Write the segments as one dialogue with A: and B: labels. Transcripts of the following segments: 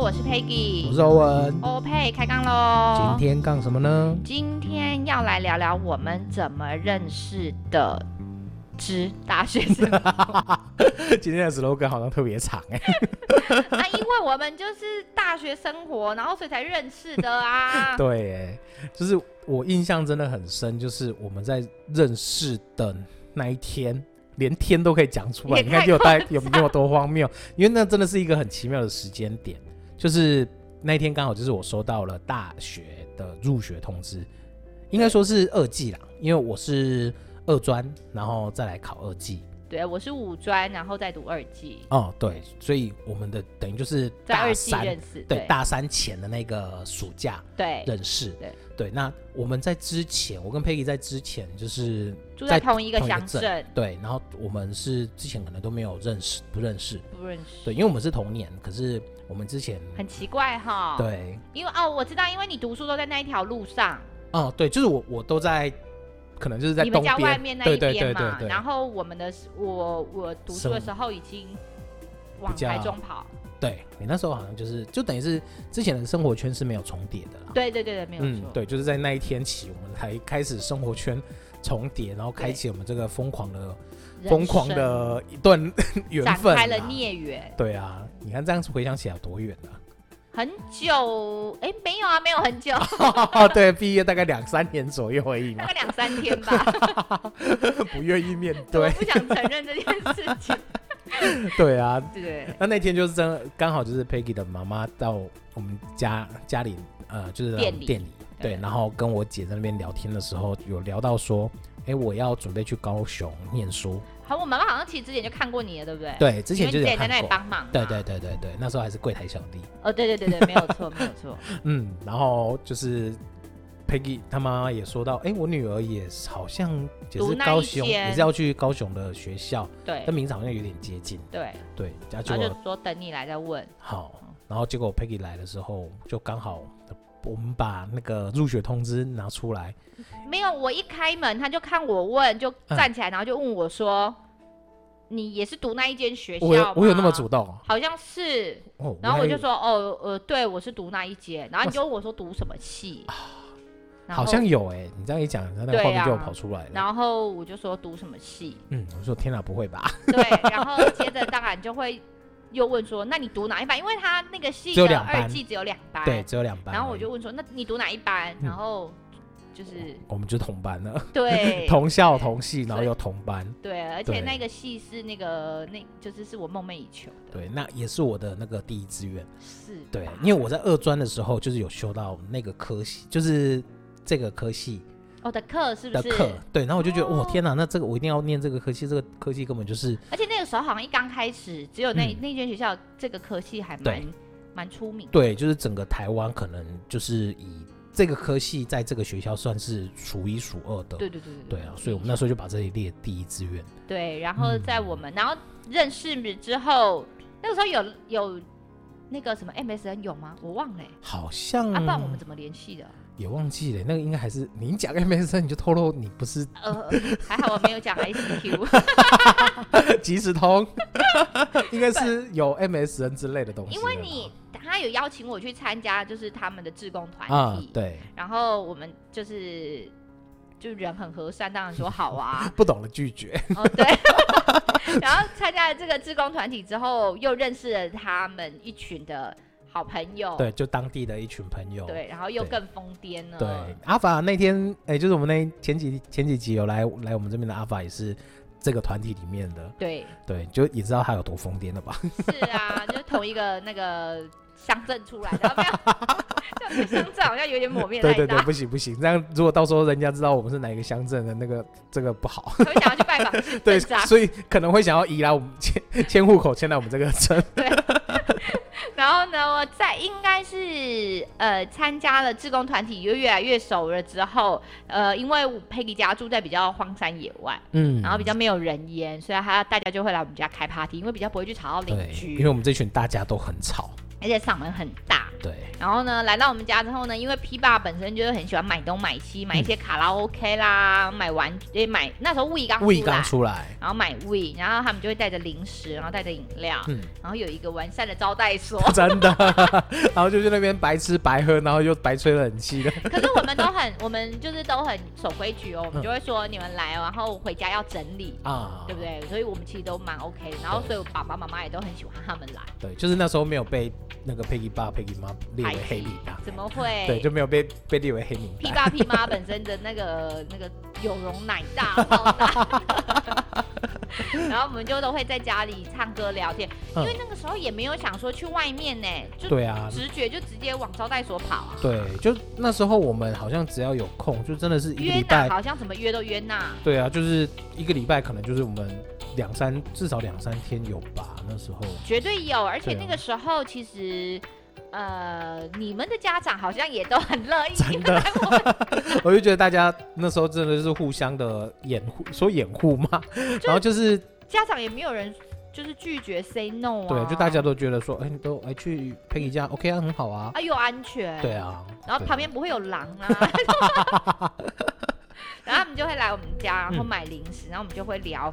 A: 我是 Peggy，
B: 我是欧文。
A: 欧佩开杠喽。
B: 啊今天杠什么呢？
A: 今天要来聊聊我们怎么认识的之大学 生。
B: 今天的 slogan 好像特别长 哎、。
A: 那啊因为我们就是大学生活，然后所以才认识的啊
B: 对哎，就是我印象真的很深，就是我们在认识的那一天，连天都可以讲出来，
A: 也
B: 你看
A: 太
B: 就有
A: 夸
B: 带
A: 张
B: 有没有多荒谬？因为那真的是一个很奇妙的时间点，就是那一天刚好就是我收到了大学的入学通知，应该说是二技啦，因为我是二专，然后再来考二技。
A: 对，我是五专，然后再读二技，
B: 哦，对，所以我们的等于就是
A: 在
B: 大
A: 二技
B: 三
A: 认识。
B: 对大三前的那个暑假
A: 对，
B: 认识。
A: 对
B: 那我们在之前，我跟佩 e 在之前就是
A: 住在
B: 在
A: 同一个
B: 同一个
A: 乡
B: 镇
A: 镇，
B: 对，然后我们是之前可能都没有认识，不认识。
A: 不认识。
B: 对，因为我们是同年，可是我们之前
A: 很奇怪哈。，
B: 对，
A: 因为哦，我知道，因为你读书都在那一条路上，
B: 哦，对，就是我我都在，可能就是在
A: 你们
B: 东
A: 家外
B: 边，
A: 面那
B: 对
A: 一
B: 对对
A: 边
B: 对
A: 嘛。
B: 对，
A: 然后我们的我我读书的时候已经往
B: 比较
A: 台中跑。
B: 对你那时候好像就是就等于是之前的生活圈是没有重叠的啦。
A: 对对对对，没有
B: 嗯
A: 错，。
B: 对，就是在那一天起，我们才开始生活圈重叠，然后开
A: 对
B: 启我们这个疯狂的、
A: 人
B: 疯狂
A: 生
B: 的一段 缘
A: 展
B: 分、啊。
A: 开了孽缘，
B: 对啊，你看这样子回想起来有多远
A: 很久哎，没有啊，没有很 久，
B: 啊？对，毕业大概两三年左右而已
A: 大
B: 嘛，
A: 概两三天吧。
B: 不愿意面
A: 我
B: 对。
A: 不想承认这件事情。
B: 对啊，
A: 对，
B: 那那天就是真的刚好就是 Peggy 的妈妈到我们家家里呃就是
A: 店
B: 我们
A: 里
B: 店里对，然后跟我姐在那边聊天的时候有聊到说，哎，我要准备去高雄念书。
A: 好，我妈妈好像其实之前就看过你了，对不对？
B: 对，之
A: 因
B: 前
A: 为
B: 就
A: 你姐
B: 有
A: 在
B: 看
A: 那里啊
B: 过。
A: 帮忙嘛。
B: 对对对对对，那时候还是柜台小弟，
A: 哦，对对对对，没有错，没有错。
B: 嗯，然后就是 Peggy 他妈妈也说到，哎，我女儿也好像也
A: 读
B: 是
A: 那
B: 高
A: 一
B: 雄，
A: 间
B: 也是要去高雄的学校，
A: 对
B: 但名字好像有点接近，
A: 对，
B: 对，然后结
A: 然后
B: 果
A: 啊就说等你来再问。
B: 好，然后结果 Peggy 来的时候，就刚好我们把那个入学通知拿出来，
A: 没有，我一开门他就看我问，就
B: 嗯
A: 站起来，然后就问我说：“你也是读那一间学校
B: 我有我有那么
A: 吗
B: 主动哦，
A: 好像是。”
B: 哦
A: 然后我就
B: 原来
A: 说：“哦，呃，对，我是读那一间。”然后你就问我说：“读什么系？”然后
B: 好像有哎，你这样一讲，那个
A: 对
B: 画面就
A: 啊
B: 跑出来了，
A: 然后我就说读什么系，
B: 嗯，我说天哪，不会 吧？
A: 对，然后接着当然就会又问说，那你读哪一班？因为他那个系
B: 只有
A: 的
B: 两班
A: 二季只有两班，
B: 对，。只有两班而已，
A: 然后我就问说，那你读哪一班？
B: 嗯哦
A: 然后就是
B: 我们就同班了。
A: 对
B: 同校
A: 对
B: 同系，然后
A: 所以
B: 又同班，
A: 对，而且
B: 对
A: 那个系是那个那就是是我梦寐以求的，
B: 对，那也是我的那个第一志愿。
A: 是吧，
B: 对，因为我在二专的时候，就是有修到那个科系，就是这个科系
A: 我的课哦是不
B: 的
A: 是？
B: 课。对，然后我就觉得，
A: 哦
B: 哇，天哪，那这个我一定要念这个科系，这个科系根本就是
A: 而且那个时候好像一刚开始，只有那、
B: 嗯
A: 那间学校这个科系还蛮蛮出名的，
B: 对，就是整个台湾可能就是以这个科系在这个学校算是数一数二的。
A: 对对对对
B: 对啊，所以我们那时候就把这里列第一志愿。
A: 对，然后
B: 嗯
A: 在我们、然后认识之后，那个时候有有那个什么 MSN 有吗？我忘了、欸，
B: 好像、
A: 啊，不然我们怎么联系的？
B: 也忘记了，那个应该还是你讲 MSN 你就透露你不是
A: 呃， 还好我没 有讲 ICQ，
B: 即时通， 应该是有 MSN 之类的东西
A: 因
B: 了
A: 为
B: 啦。
A: 你他有邀请我去参加，就是他们的志工团
B: 啊、
A: 体，
B: 对，。
A: 然后我们就是。就人很和善，当然说好啊
B: 不懂得拒绝，
A: 哦，对。 然后参加了这个志工团体之后，又认识了他们一群的好朋友。
B: 对，就当地的一群朋友。
A: 哦对，嗯然后又
B: 对
A: 更疯癫了。
B: 对，阿法那天，哎、就是我们那前几前几集有来来我们这边的阿法，也是这个团体里面的，
A: 对，
B: 对，就也知道他有多疯癫了吧？
A: 是啊，就是同一个那个乡镇出来的，没有，这样对 乡镇好像有点抹灭
B: 对
A: 太
B: 对对，
A: 大。
B: 不行不行，这样如果到时候人家知道我们是哪一个乡镇的，那个这个不好。
A: 他们想要去拜访是
B: 对，
A: 镇啊长，
B: 所以可能会想要移来我们迁迁户口，迁来我们这个 镇。
A: 然后呢，我在应该是呃参加了志工团体，又越来越熟了之后，呃，因为我 Peggy 家住在比较荒山野外，
B: 嗯
A: 然后比较没有人烟，所以他大家就会来我们家开 party，因为比较不会去吵到邻
B: 对，因
A: 居
B: 为，我们这群大家都很吵。
A: 而且嗓门很大。
B: 对，
A: 然后呢，来到我们家之后呢，因为 P 爸本身就是很喜欢买东买西，买一些卡拉 OK 啦，买玩也买那时候 We 刚出
B: 胃
A: 来，
B: 刚出来，
A: 然后买 We，然后他们就会带着零食，然后带着饮料，
B: 嗯，
A: 然后有一个完善的招待所。
B: 真的， 然后就去那边白吃白喝，然后又白吹冷气的，
A: 可是我们都很，我们就是都很守规矩哦，我们就会说你们来哦，然后回家要整理，
B: 啊，
A: 对不？对？所以我们其实都蛮 OK 的，然后所以我爸爸妈妈也都很喜欢他们来。
B: 对，就是那时候没有被那个 Peggy 爸、Peggy 妈列为黑名单，
A: 怎么会？
B: 对，就没有被被列为黑名
A: 屁
B: 单。
A: 爸屁妈本身的那个那个有容乃大， 好大 然后我们就都会在家里唱歌聊天，因
B: 嗯
A: 为那个时候也没有想说去外面呢，就
B: 对啊，
A: 直觉就直接往招待所跑啊。
B: 对，就那时候我们好像只要有空，就真的是一个
A: 约
B: 礼
A: 哪
B: 拜，
A: 好像怎么约都约那，
B: 对啊，就是一个礼拜可能就是我们两三至少两三天有吧，那时候。
A: 绝对有，而且
B: 对啊
A: 那个时候其实。呃，你们的家长好像也都很乐意，
B: 真的，我就觉得大家那时候真的是互相的掩护，说掩护嘛，然后就是
A: 家长也没有人就是拒绝 say no 啊，
B: 对，就大家都觉得说，哎、你都哎去陪你家，OK 啊，很好啊，
A: 啊又安全，
B: 对啊，
A: 然后
B: 对
A: 旁边不会有狼 啊。然后他们就会来我们家，然后
B: 嗯
A: 买零食，然后我们就会聊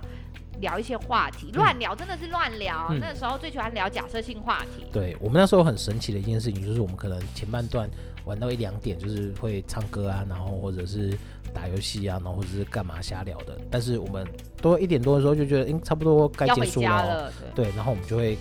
A: 聊一些话题，乱聊真的是乱聊。
B: 嗯
A: 那个时候最喜欢聊假设性话题，
B: 对我们那时候很神奇的一件事情，就是我们可能前半段玩到一两点，就是会唱歌啊，然后或者是打游戏啊，然后或者是干嘛瞎聊的。但是我们多一点多的时候就觉得，嗯，差不多该
A: 要
B: 结
A: 回
B: 束
A: 家
B: 了哦。
A: 了，对，
B: 对，然后我们就会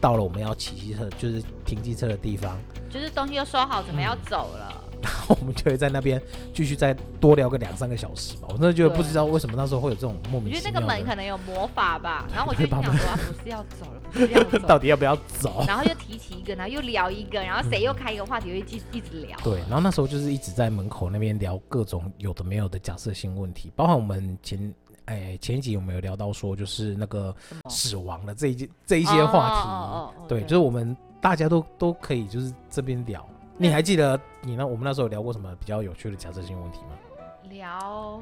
B: 到了我们要骑机车，就是停机车的地方，
A: 就是东西都收好，准备要走了。
B: 然后我们就会在那边继续再多聊个两三个小时吧。我真的觉得
A: 对
B: 不知道为什么那时候会有这种莫
A: 我
B: 名
A: 觉
B: 其
A: 得那
B: 妙的，
A: 个门可能有魔法 吧，然后我就
B: 对
A: 想
B: 吧
A: 说，啊不是要走了，不是要
B: 到
A: 走，
B: 底要不要走？
A: 然后又提起一个，然后又聊一个，然后谁又开一个话题，又一直一直聊。
B: 对，然后那时候就是一直在门口那边聊各种有的没有的假设性问题，包含我们前哎前一集有没有聊到说就是那个
A: 什么
B: 死亡的这一件这一些话题，
A: 哦哦哦哦
B: 对，
A: 对
B: 就是我们大家都都可以就是这边聊。你还记得你那我们那时候有聊过什么比较有趣的假设性问题吗？
A: 聊，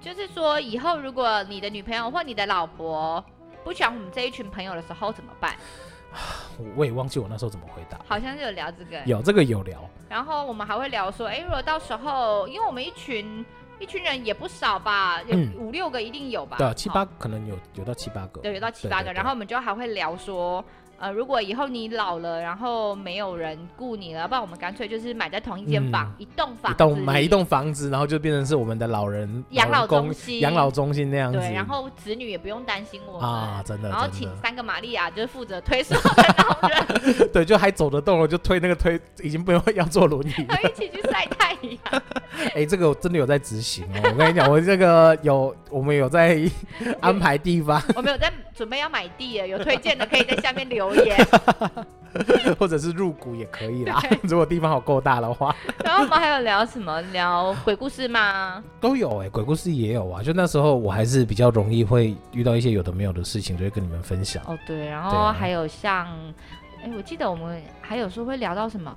A: 就是说以后如果你的女朋友或你的老婆不喜欢我们这一群朋友的时候怎么办？
B: 我我也忘记我那时候怎么回答。
A: 好像是有聊这个，
B: 有这个有聊，
A: 然后我们还会聊说，哎、如果到时候，因为我们一群一群人也不少吧，有
B: 嗯
A: 五六个一定有吧，
B: 对啊，七
A: 好
B: 八可能有有到七八个，
A: 对，有到七八个，
B: 对对
A: 然后我们就还会聊说。呃，如果以后你老了，然后没有人顾你了，不然我们干脆就是买在同一间房，一栋房
B: 嗯一
A: 子，
B: 栋买一，栋房子，然后就变成是我们的老人
A: 养老
B: 人公
A: 中心
B: 养老中心那样子。
A: 对，然后子女也不用担心我们，
B: 啊，真的，
A: 然后
B: 真
A: 请
B: 的
A: 三个玛利亚就是负责推所有的老人，
B: 对，就还走得动了，就推那个推，已经不用要坐轮 椅了。
A: 要 一起去晒太阳。
B: 哎、这个我真的有在执行哦。我跟你讲，我这个有，我们有在 安排地方，
A: 我们有在准备要买地了，有推荐的可以在下面留言。
B: 或者是入股也可以啦。 如果地方好够大的话，
A: 然后我们还有聊什么？聊鬼故事吗？
B: 都有哎、鬼故事也有啊。就那时候我还是比较容易会遇到一些有的没有的事情，就会跟你们 分享。
A: 哦，对，然
B: 对
A: 后
B: 啊
A: 还有像，哎、我记得我们还有时候会聊到什么？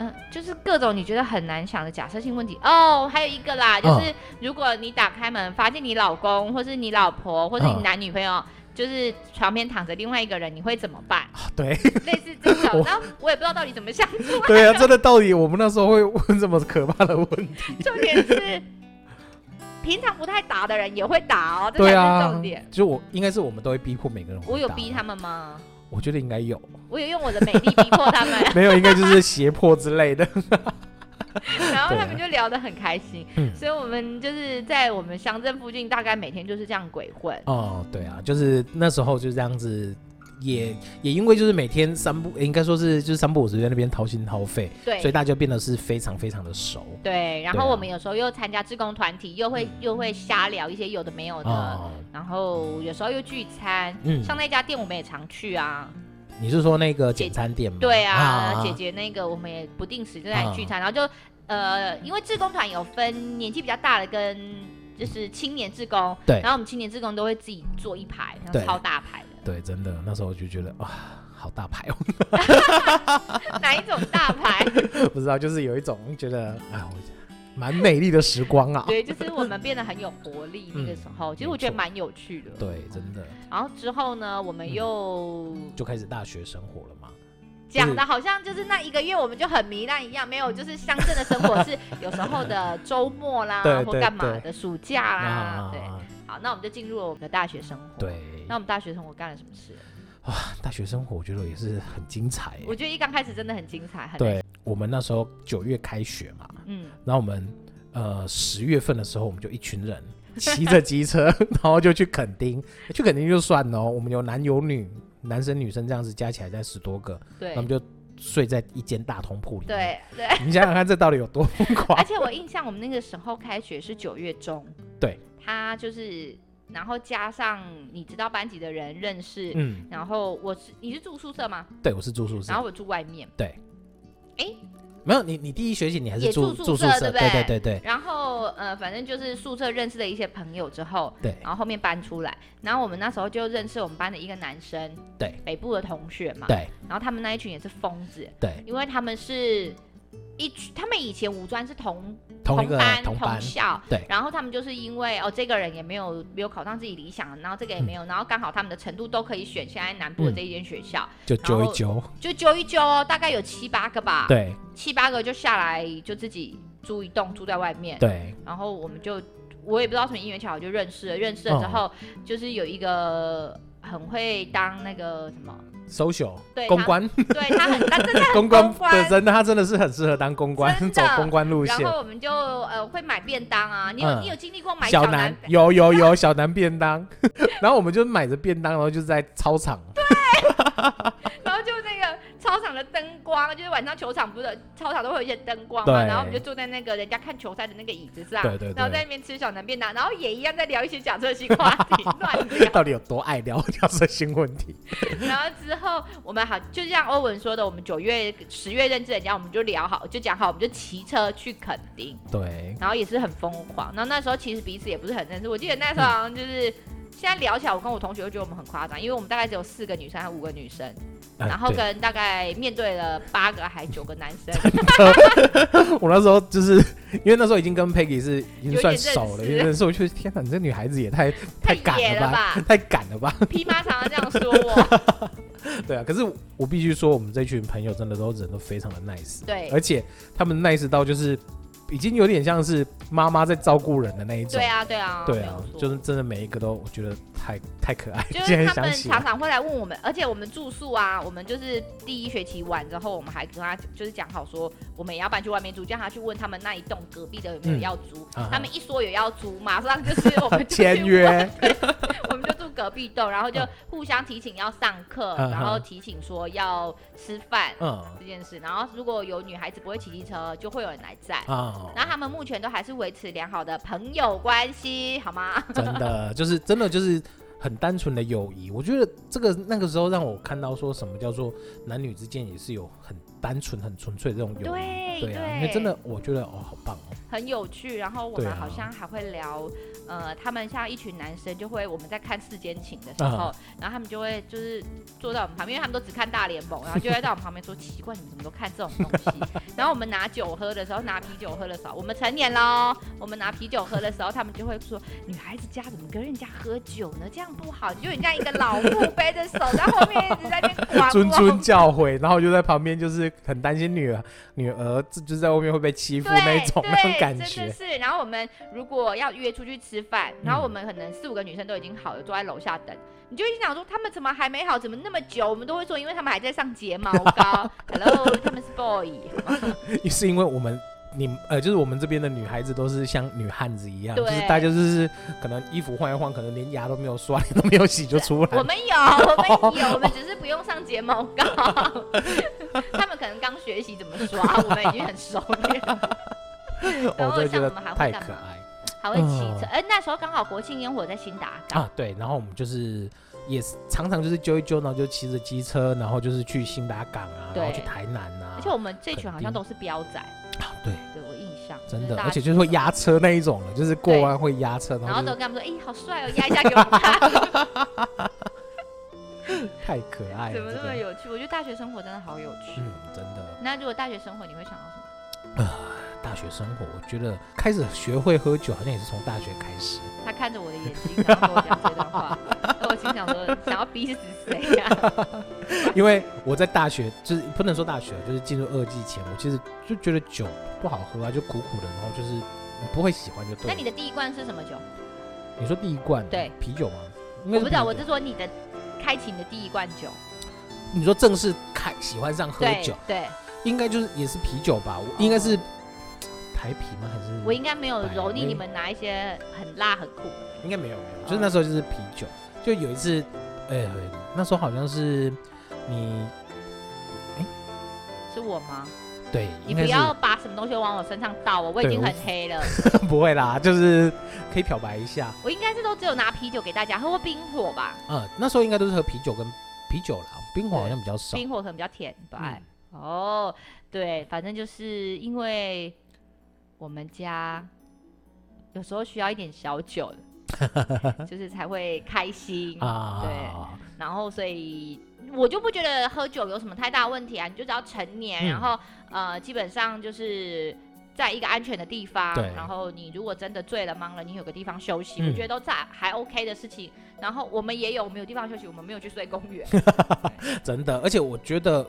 A: 嗯，就是各种你觉得很难想的假设性问题哦，还有一个啦，
B: 嗯
A: 就是如果你打开门发现你老公或是你老婆或是你
B: 嗯
A: 男女朋友、就是床边躺着另外一个人，你会怎么办？
B: 啊对
A: 类似这种，
B: 我
A: 然后我也不知道到底怎么相处。
B: 对啊，真的，到底我们那时候会问这么可怕的问题？
A: 重点是，平常不太打的人也会打哦，这才
B: 对
A: 是
B: 啊
A: 重点。，
B: 就我应该是我们都会逼迫每个人。
A: 我有逼他，们 吗？
B: 我觉得应该有，
A: 我有用我的美丽逼迫他们，
B: 没有应该就是胁迫之类的。
A: 然后他们就聊得很开心。
B: 啊嗯
A: 所以我们就是在我们乡镇附近，大概每天就是这样鬼混。
B: 哦，对啊，就是那时候就这样子，
A: 嗯
B: 也也因为就是每天三不，应该说是就是三不五时在那边掏心掏肺，所以
A: 对
B: 大家变得是非常非常的熟。
A: 对，然
B: 对
A: 后
B: 啊嗯
A: 我们有时候又参加志工团体，又会又会瞎聊一些有的没有的。
B: 哦，
A: 然后有时候又聚餐，
B: 嗯
A: 像那家店我们也常去啊，
B: 你是说那个
A: 姐
B: 简餐店吗？
A: 对啊，姐姐那个我们也不定时就在
B: 啊
A: 聚餐，然后就呃，因为志工团有分年纪比较大的跟就是青年志工，
B: 对
A: 然后我们青年志工都会自己坐一排，然后
B: 对
A: 超大排的，
B: 对，真的那时候我就觉得哇，好大牌哦，
A: 哪一种大排？
B: 不知道就是有一种觉得哎，我蛮美丽的时光啊。
A: 对，就是我们变得很有活力那
B: 嗯
A: 个时候，其实我觉得蛮有趣的。
B: 对，真的嗯
A: 然后之后呢，我们又
B: 就开始大学生活了嘛。
A: 讲的好像就是那一个月我们就很糜烂一样，没有，就是乡镇的生活是 有时候的周末啦
B: 对，
A: 或
B: 对
A: 干嘛
B: 对
A: 的暑假啦，对。
B: 啊
A: 好，那我们就进入了我们的大学生活。，
B: 对，
A: 那我们大学生活干了什么事？
B: 大学生活我觉得也是很精彩耶。
A: 我觉得一刚开始真的很精彩，很
B: 对我们那时候九月开学嘛，
A: 嗯，
B: 然后我们呃十月份的时候，我们就一群人骑着机车， 然后就去垦丁，去垦丁就算了哦，我们有男有女，男生女生这样子加起来才十多个，
A: 对
B: 他们就睡在一间大通铺里。，
A: 对对。
B: 你想想看，这到底有多疯
A: 而
B: 狂？
A: 且我印象，我们那个时候开学是九月中，
B: 对，
A: 他就是，然后加上你知道班级的人认识，
B: 嗯，
A: 然后我是你是住宿舍吗？
B: 对，我是住宿舍
A: 然，后我住外面，
B: 没有你，你第一学期你还是
A: 也
B: 住
A: 住
B: 住
A: 宿
B: 宿
A: 舍
B: 舍，
A: 对不
B: 对
A: 对
B: 对对对
A: 然后呃，反正就是宿舍认识了一些朋友之后，
B: 对
A: 然后后面搬出来，然后我们那时候就认识我们班的一个男生，
B: 对，
A: 北部的同学嘛，
B: 对
A: 然后他们那一群也是疯子，
B: 对，
A: 因为他们是一群，他们以前五专是同
B: 同一个
A: 班
B: 同班，
A: 校，
B: 对
A: 然后他们就是因为哦，这个人也没有没有考上自己理想的，然后这个也
B: 嗯
A: 没有，然后刚好他们的程度都可以选现在南部的这一间学校，
B: 就
A: 然
B: 揪一
A: 后啊
B: 揪，
A: 就揪一揪哦，大概有七八个吧，，
B: 对
A: 七八个就下来就自己租一栋住在外面，
B: 对
A: 然后我们就我也不知道什么因缘巧合就认识了，认识了之
B: 哦
A: 后、就是有一个很会当那个什 么，
B: ，social
A: 对
B: 公
A: 他
B: 关，
A: 对他很他真 的很
B: 公关
A: 公关
B: 的真的他真的是很适合当公关，
A: 真的
B: 走公关路
A: 然
B: 线。
A: 后我们就呃会买便当啊，你有、
B: 嗯
A: 你有经历过买
B: 小
A: 南
B: 南？有有有小南 便当，然后我们就买着便当，然后就在操场，
A: 然后就那个操场的灯光，就是晚上球场不是操场都会有一些灯光嘛，
B: 对
A: 然后我们就坐在那个人家看球赛的那个椅子上，
B: 对对对
A: 然后在那边吃小南便当，然后也一样在聊一些假设性话题， 乱聊。
B: 到底有多爱聊这是新问题？
A: 然后之后我们好，就像欧文说的，我们九月、十月认识人家，我们就聊好，就讲好，我们就骑车去垦丁，
B: 对，
A: 然后也是很疯狂。然后那时候其实彼此也不是很认识，我记得那时候好像就是。现在聊起来，我跟我同学都觉得我们很夸张，因为我们大概只有四个女生还五个女生，
B: 呃
A: 然后
B: 对
A: 跟大概面对了八个还九个男生，
B: 我那时候就是因为那时候已经跟 Peggy 是已经
A: 有
B: 算
A: 点
B: 熟了，
A: 认识
B: 有点认识，我觉得天哪，你这女孩子也太
A: 太
B: 敢
A: 野
B: 了
A: 了
B: 吧，
A: 吧？
B: 太敢了吧？
A: P 妈常常这样说我，
B: 对啊，可是我必须说，我们这群朋友真的都人都非常的 nice，
A: 对
B: 而且他们 nice 到就是已经有点像是妈妈在照顾人的那一种
A: 对。啊对啊，
B: 对
A: 没
B: 啊
A: 有，错
B: 就是真的每一个都，我觉得太太 可爱。
A: 就
B: 现
A: 是
B: 在
A: 他
B: 想
A: 们
B: 起来
A: 常常会来问我们，而且我们住宿啊，我们就是第一学期完之后，我们还跟他就是讲好说，我们也要搬去外面住，叫他去问他们那一栋隔壁的有没有
B: 嗯
A: 要租。
B: 啊哈
A: 他 们一说有要租，马上就是我们就去
B: 签约，
A: 我们就住隔壁栋，然后就
B: 嗯
A: 互相提醒要上课，
B: 嗯哼
A: 然后提醒说要吃饭
B: 嗯
A: 这件事，然后如果有女孩子不会骑机车，就会有人来载。
B: 啊，
A: 然后他们目前都还是维持良好的朋友关系，好吗？
B: 真的就是真的就是很单纯的友谊。我觉得这个那个时候让我看到说什么叫做男女之间也是有很单纯、很纯粹的这种友谊。
A: 对
B: 对啊，因为真的我觉得哦，好棒哦。
A: 很有趣。然后我
B: 对
A: 们
B: 啊
A: 好像还会聊，呃，他们像一群男生就会我们在看世间情的时候，然后他们就会就是坐在我们旁边，因为他们都只看大联盟，然后就会在我们旁边说奇怪，你们怎么都看这种东西？ 然后我们拿酒喝的时候，拿啤酒喝的时候，我们成年喽，我们拿啤酒喝的时候，他们就会说女孩子家怎么跟人家喝酒呢？这样不好，你就人家一个老妇背着手在后面一直在那边管
B: 谆谆
A: 我。
B: 教诲，然后就在旁边就是很担心女儿女儿这就是在外面会被欺负
A: 对
B: 那种
A: 对，
B: 那种感
A: 真的
B: 觉。
A: 是。然后我们如果要约出去吃饭，然后
B: 嗯
A: 我们可能四五个女生都已经好了，坐在楼下等。你就一直想说他们怎么还没好，怎么那么久？我们都会说，因为他们还在上睫毛 膏。Hello，他们是 boy，
B: 是因为我们。你呃，就是我们这边的女孩子都是像女汉子一样，
A: 对
B: 就是大家就是可能衣服换一换，可能连牙都没有刷，脸都没有洗就出来
A: 我们有，我们有，我们只是不用上睫毛膏。 他们可能刚学习怎么刷，我们已经很熟练了，
B: 了，
A: 然
B: 我
A: 后
B: 真的觉
A: 像
B: 得
A: 我们还会
B: 太
A: 干
B: 可
A: 嘛
B: 爱。
A: 还会骑
B: 嗯
A: 车。哎、那时候刚好国庆烟火在新达港，
B: 啊，对，然后我们就是也是常常就是揪一揪，然后就骑着机车，然后就是去新达港啊，然
A: 对
B: 后去台南啊，
A: 而且我们这群
B: 肯
A: 好像
B: 定
A: 都是彪仔，
B: 啊对，
A: 对我印象
B: 真
A: 就是
B: 的，
A: 大
B: 而
A: 家
B: 且就是会压车那一种了，就是过
A: 对
B: 弯会压车，
A: 然
B: 然
A: 后
B: 后
A: 都
B: 就
A: 跟他们说：“哎、好帅哦，压一下给我们看。
B: 太可”爱了，
A: 怎么
B: 哎这
A: 那么
B: 个
A: 有趣？我觉得大学生活真的好有趣。
B: 嗯，真的，
A: 那如果大学生活，你会想到什么？
B: 大学生活，我觉得开始学会喝酒，好像也是从大学开始。
A: 他看着我的眼睛，然后跟我讲这段话，我心想说，想要逼死谁呀？
B: 因为我在大学，就是不能说大学，就是进入二季前，我其实就觉得酒不好喝啊，就苦苦的，然后就是你不会喜欢 就对
A: 那
B: 了。
A: 你的第一罐是什么酒？
B: 你说第一罐
A: 对
B: 啤酒吗？应
A: 我
B: 该是
A: 不知道，
B: 啤
A: 我
B: 酒
A: 是说你的开启你的第一罐酒。
B: 你说正式开喜欢上喝
A: 对
B: 酒，
A: 对，
B: 应该就是也是啤酒吧？我应该是台啤吗？还是
A: 哦我应该没有
B: 百
A: 蹂躏
B: 威
A: 你们拿一些很辣很苦的。
B: 应该没有没有，就是那时候就是啤酒，就有一次，哎、那时候好像是你
A: 是我吗？
B: 对，
A: 你
B: 应
A: 不
B: 该是
A: 要把什么东西往我身上倒哦，我已
B: 对
A: 经
B: 我
A: 很黑了。
B: 不会啦，就是可以漂白一下。
A: 我应该是都只有拿啤酒给大家喝过冰火吧，
B: 嗯，那时候应该都是喝啤酒跟啤酒啦，冰火好像比较少。
A: 冰火可能比较甜吧
B: 啊嗯。
A: 哦，对，反正就是因为我们家有时候需要一点小 酒的就是才会开心。
B: 啊，
A: 然后所以我就不觉得喝酒有什么太大问题啊，你就只要成年，
B: 嗯
A: 然后呃，基本上就是。在一个安全的地方
B: 对，
A: 然后你如果真的醉了、忙了，你有个地方休息，
B: 嗯
A: 我觉得都在还 OK 的事情。然后我们也有，我们有地方休息，我们没有去睡公 园。
B: 真的，而且我觉得，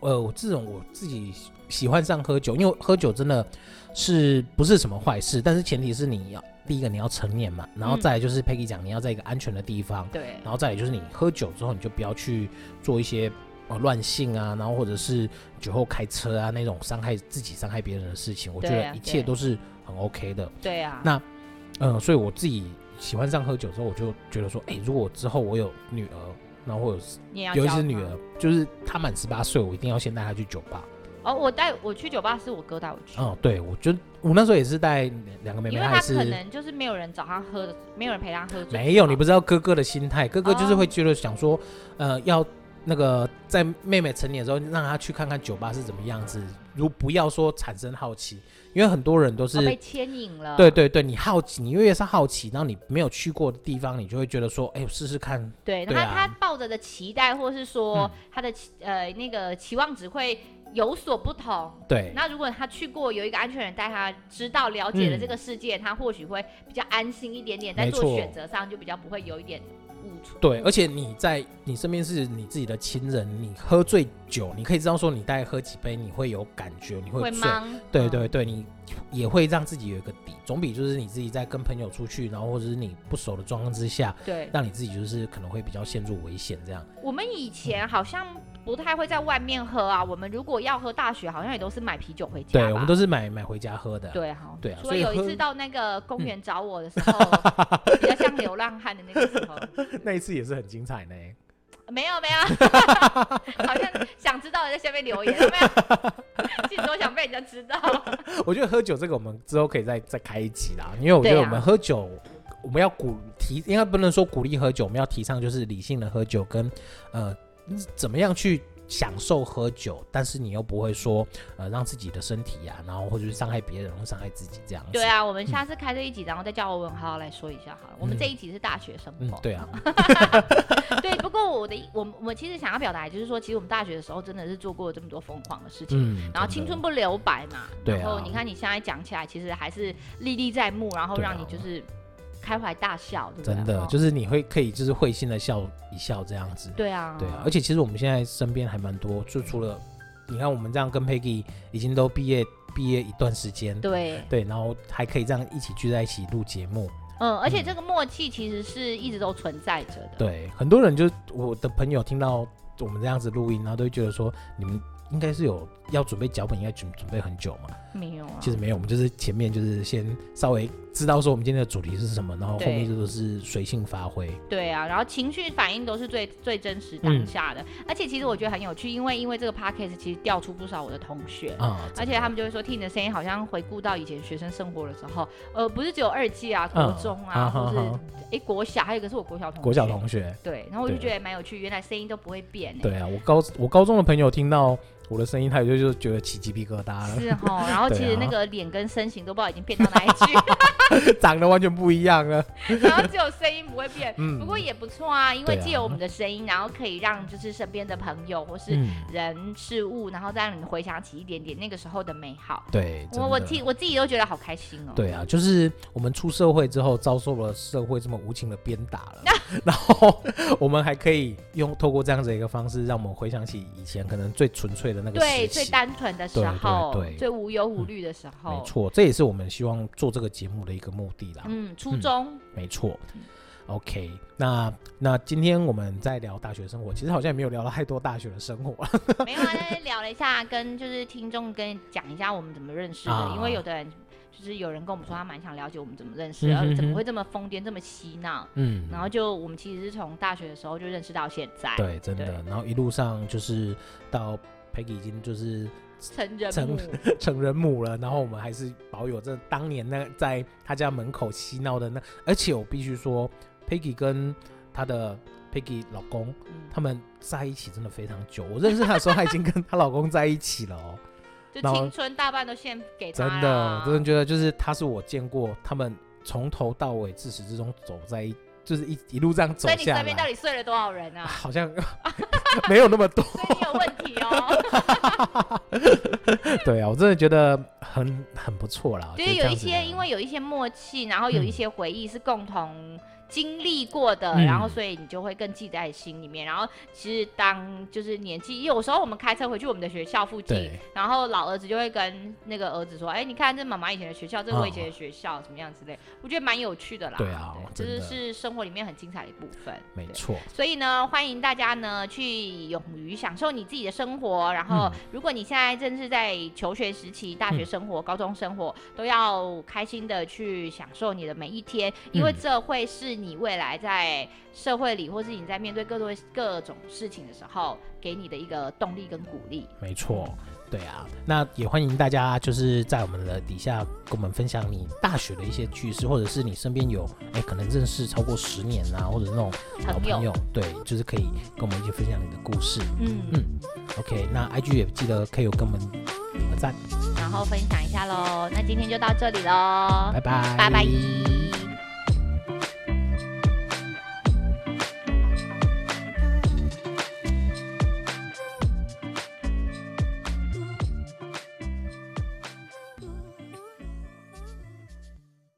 B: 呃，我自从我自己喜欢上喝酒，因为喝酒真的是不是什么坏事，但是前提是你要第一个你要成年嘛，然后
A: 嗯
B: 再来就是 Peggy 讲你要在一个安全的地方，
A: 对，
B: 然后再来就是你喝酒之后，你就不要去做一些呃乱性啊，然后或者是酒后开车啊那种伤害自己、伤害别人的事情。我觉
A: 对
B: 得
A: 啊
B: 一切
A: 对
B: 都是很 OK 的。
A: 对啊，
B: 那嗯，所以我自己喜欢上喝酒之后，我就觉得说，哎，如果之后我有女儿，然后我有
A: 你也要
B: 尤其
A: 教
B: 是女
A: 吗
B: 儿，就是她满十八岁，我一定要先带她去酒吧。
A: 哦，我带我去酒吧是我哥带我去，
B: 嗯，对，我就我那时候也是带两个妹妹，
A: 因为
B: 她
A: 他
B: 也
A: 可
B: 是。
A: 能就是没有人早上喝的，没有人陪他喝醉。
B: 没有，你不知道哥哥的心态，哥哥就是
A: 哦
B: 会觉得想说，呃，要那个在妹妹成年的时候，让她去看看酒吧是怎么样子，如不要说产生好奇，因为很多人都是
A: 哦，被牵引了。
B: 对对对，你好奇，你越是好奇，然后你没有去过的地方，你就会觉得说，哎，我试试看，
A: 对，
B: 对
A: 他、他
B: 啊
A: 抱着的期待，或是说
B: 嗯
A: 他的期、呃那个期望值会有所不同。
B: 对，
A: 那如果他去过有一个安全人带他，知道了解了这个世界，他或许会比较安心一点点，在
B: 嗯没
A: 做
B: 错
A: 选择上就比较不会有一点误触。
B: 对，而且你在你身边是你自己的亲人，你喝醉酒，你可以知道说你大概喝几杯，你会有感觉，你
A: 会
B: 会醉，
A: 忙。
B: 对
A: 嗯
B: 对对，你也会让自己有一个底，总比就是你自己在跟朋友出去，然后或者是你不熟的状况之下，
A: 对，
B: 让你自己就是可能会比较陷入危险这样。
A: 我们以前好像不太会在外面喝啊，我们如果要喝大学，好像也都是买啤酒回家吧。
B: 对，我们都是买买回家喝的。
A: 对哈，
B: 对啊
A: 所
B: 所
A: 以
B: 以
A: 有一
B: 喝
A: 次到那个公园找我的时候，比较像流浪汉的那个时候，
B: 那一次也是很精彩呢。
A: 没有没有， 好像想知道的在下面留言，有没有？其实都想被人家知 道。
B: 我觉得喝酒这个我们之后可以再再开一集啦，因为我觉得
A: 对
B: 我
A: 啊
B: 们喝酒，我们要鼓提，应该不能说鼓励喝酒，我们要提倡就是理性的喝酒跟呃怎么样去。享受喝酒，但是你又不会说，呃，让自己的身体啊，然后或者是伤害别人，或伤害自己这样子。
A: 对啊，我们下次开这一集，然后再叫欧文好好来说一下好了。我们
B: 嗯
A: 这一集是大学生
B: 嗯
A: 活，，
B: 对啊，
A: 对。不过我的意我我其实想要表达，就是说，其实我们大学的时候真的是做过这么多疯狂的事情。
B: 嗯，
A: 然后
B: 真
A: 青
B: 的
A: 春不留白嘛，
B: 对啊
A: 然后你看你现在讲起来，其实还是历历在目，然后
B: 对啊
A: 让你就是开怀大笑，对不对？
B: 真的
A: 哦
B: 就是你会可以就是会心的笑一笑这样子。
A: 对啊，
B: 对啊，而且其实我们现在身边还蛮多，就除了你看我们这样跟 Peggy 已经都毕业毕业一段时间，
A: 对，
B: 对，然后还可以这样一起聚在一起录节目，
A: 嗯，而且这个默契其实是一直都存在着的。
B: 对，很多人就我的朋友听到我们这样子录音，然后都会觉得说你们应该是有要准备脚本，应该准准备很久嘛。
A: 没有啊，
B: 其实没有，我们就是前面就是先稍微知道说我们今天的主题是什么，然后后
A: 对
B: 面就都是随性发挥。
A: 对啊，然后情绪反应都是最最真实当下
B: 嗯
A: 的，而且其实我觉得很有趣，因为因为这个 podcast 其实调出不少我的同学。
B: 啊、
A: 而且他们就会说，听你的声音好像回顾到以前学生生活的时候，呃，不是只有二季啊、国
B: 嗯
A: 中啊，
B: 啊
A: 或
B: 哈
A: 是
B: 哈
A: 诶国小，还有一个是我国小同学。
B: 国小同学，
A: 对，然后我就
B: 对
A: 觉得蛮有趣，原来声音都不会变、欸。
B: 对啊，我高我高中的朋友听到我的声音，他有时候就觉得起鸡皮疙瘩 了，
A: 是哈、然后其
B: 对
A: 实
B: 啊
A: 那个脸跟身形都不知道已经变到哪里去，
B: 长得完全不一样了。
A: 然后只有声音不会变。
B: 嗯
A: 不过也不错啊，因为
B: 对啊
A: 借由我们的声音，然后可以让就是身边的朋友或是
B: 嗯，
A: 人事物，然后再让你回想起一点点那个时候的美好。
B: 对，真
A: 我我
B: 的
A: 自我自己都觉得好开心哦。
B: 对啊，就是我们出社会之后，遭受了社会这么无情的鞭打 了，然后我们还可以用透过这样子的一个方式，让我们回想起以前可能最纯粹的那个
A: 对，
B: 时
A: 最
B: 期。
A: 单纯的时
B: 对对
A: 候，
B: 对嗯
A: 最无忧无虑的时候，
B: 没错，这也是我们希望做这个节目的一个目的啦。
A: 嗯，初中，
B: 没错
A: 嗯。
B: OK，那那今天我们在聊大学生活，其实好像也没有聊到太多大学的生活了。
A: 没有啊，就是聊了一下，跟就是听众跟讲一下我们怎么认识的，
B: 啊
A: 因为有的人就是有人跟我们说他蛮想了解我们怎么认识，
B: 嗯
A: 然
B: 哼
A: 后怎
B: 哼
A: 么会这么疯癫，这么嬉闹，
B: 嗯，
A: 然后就我们其实是从大学的时候就认识到现在，
B: 对，真的，然后一路上就是到 Peggy 已经就是
A: 成人
B: 成
A: 母，
B: 成人母了，然后我们还是保有这当年那在他家门口嬉闹的那，而且我必须说，Peggy 跟她的 Peggy 老公
A: 嗯，
B: 他们在一起真的非常久。我认识她的时候，她已经跟她老公在一起 了哦，
A: 就
B: 然后
A: 青春大半都献给他
B: 真的
A: 啦，
B: 真的觉得就是她是我见过他们从头到尾自始至终走在一，就是一一路这样走
A: 所以你
B: 下
A: 身边到
B: 来，
A: 底睡了多少人啊？
B: 好像 没有那么多。
A: 所以你有问题哦，
B: 对啊，我真的觉得很很不错啦。
A: 就是
B: 哦这
A: 有
B: 样
A: 一
B: 子
A: 些
B: 的
A: 因为有一些默契，然后有一
B: 嗯
A: 些回忆是共同经历过的，
B: 嗯
A: 然后所以你就会更记在心里面。然后其实当就是年纪，有时候我们开车回去我们的学校附近
B: 对，
A: 然后老儿子就会跟那个儿子说：“哎，你看这妈妈以前的学校，这是我以前
B: 哦
A: 的学校，怎么样之类。”我觉得蛮有趣的啦。
B: 对啊
A: 就
B: 真
A: 是
B: 的
A: 是生活里面很精彩的一部分。
B: 没
A: 对
B: 错，
A: 所以呢，欢迎大家呢去勇于享受你自己的生活。然后
B: 嗯，
A: 如果你现在正是在求学时期、大学生活、高中生活，都要开心的去享受你的每一天，因为
B: 嗯
A: 这会是你未来在社会里，或是你在面对各多各种事情的时候，给你的一个动力跟鼓励。
B: 没错，对啊，那也欢迎大家就是在我们的底下跟我们分享你大学的一些趣事，或者是你身边有哎可能认识超过十年啊，或者那种老朋
A: 朋
B: 友，对，就是可以跟我们一起分享你的故事。
A: 嗯，
B: 嗯，OK，那 IG 也记得可以有跟我们呃点个赞，
A: 然后分享一下喽。那今天就到这里喽，
B: 拜拜，
A: 拜拜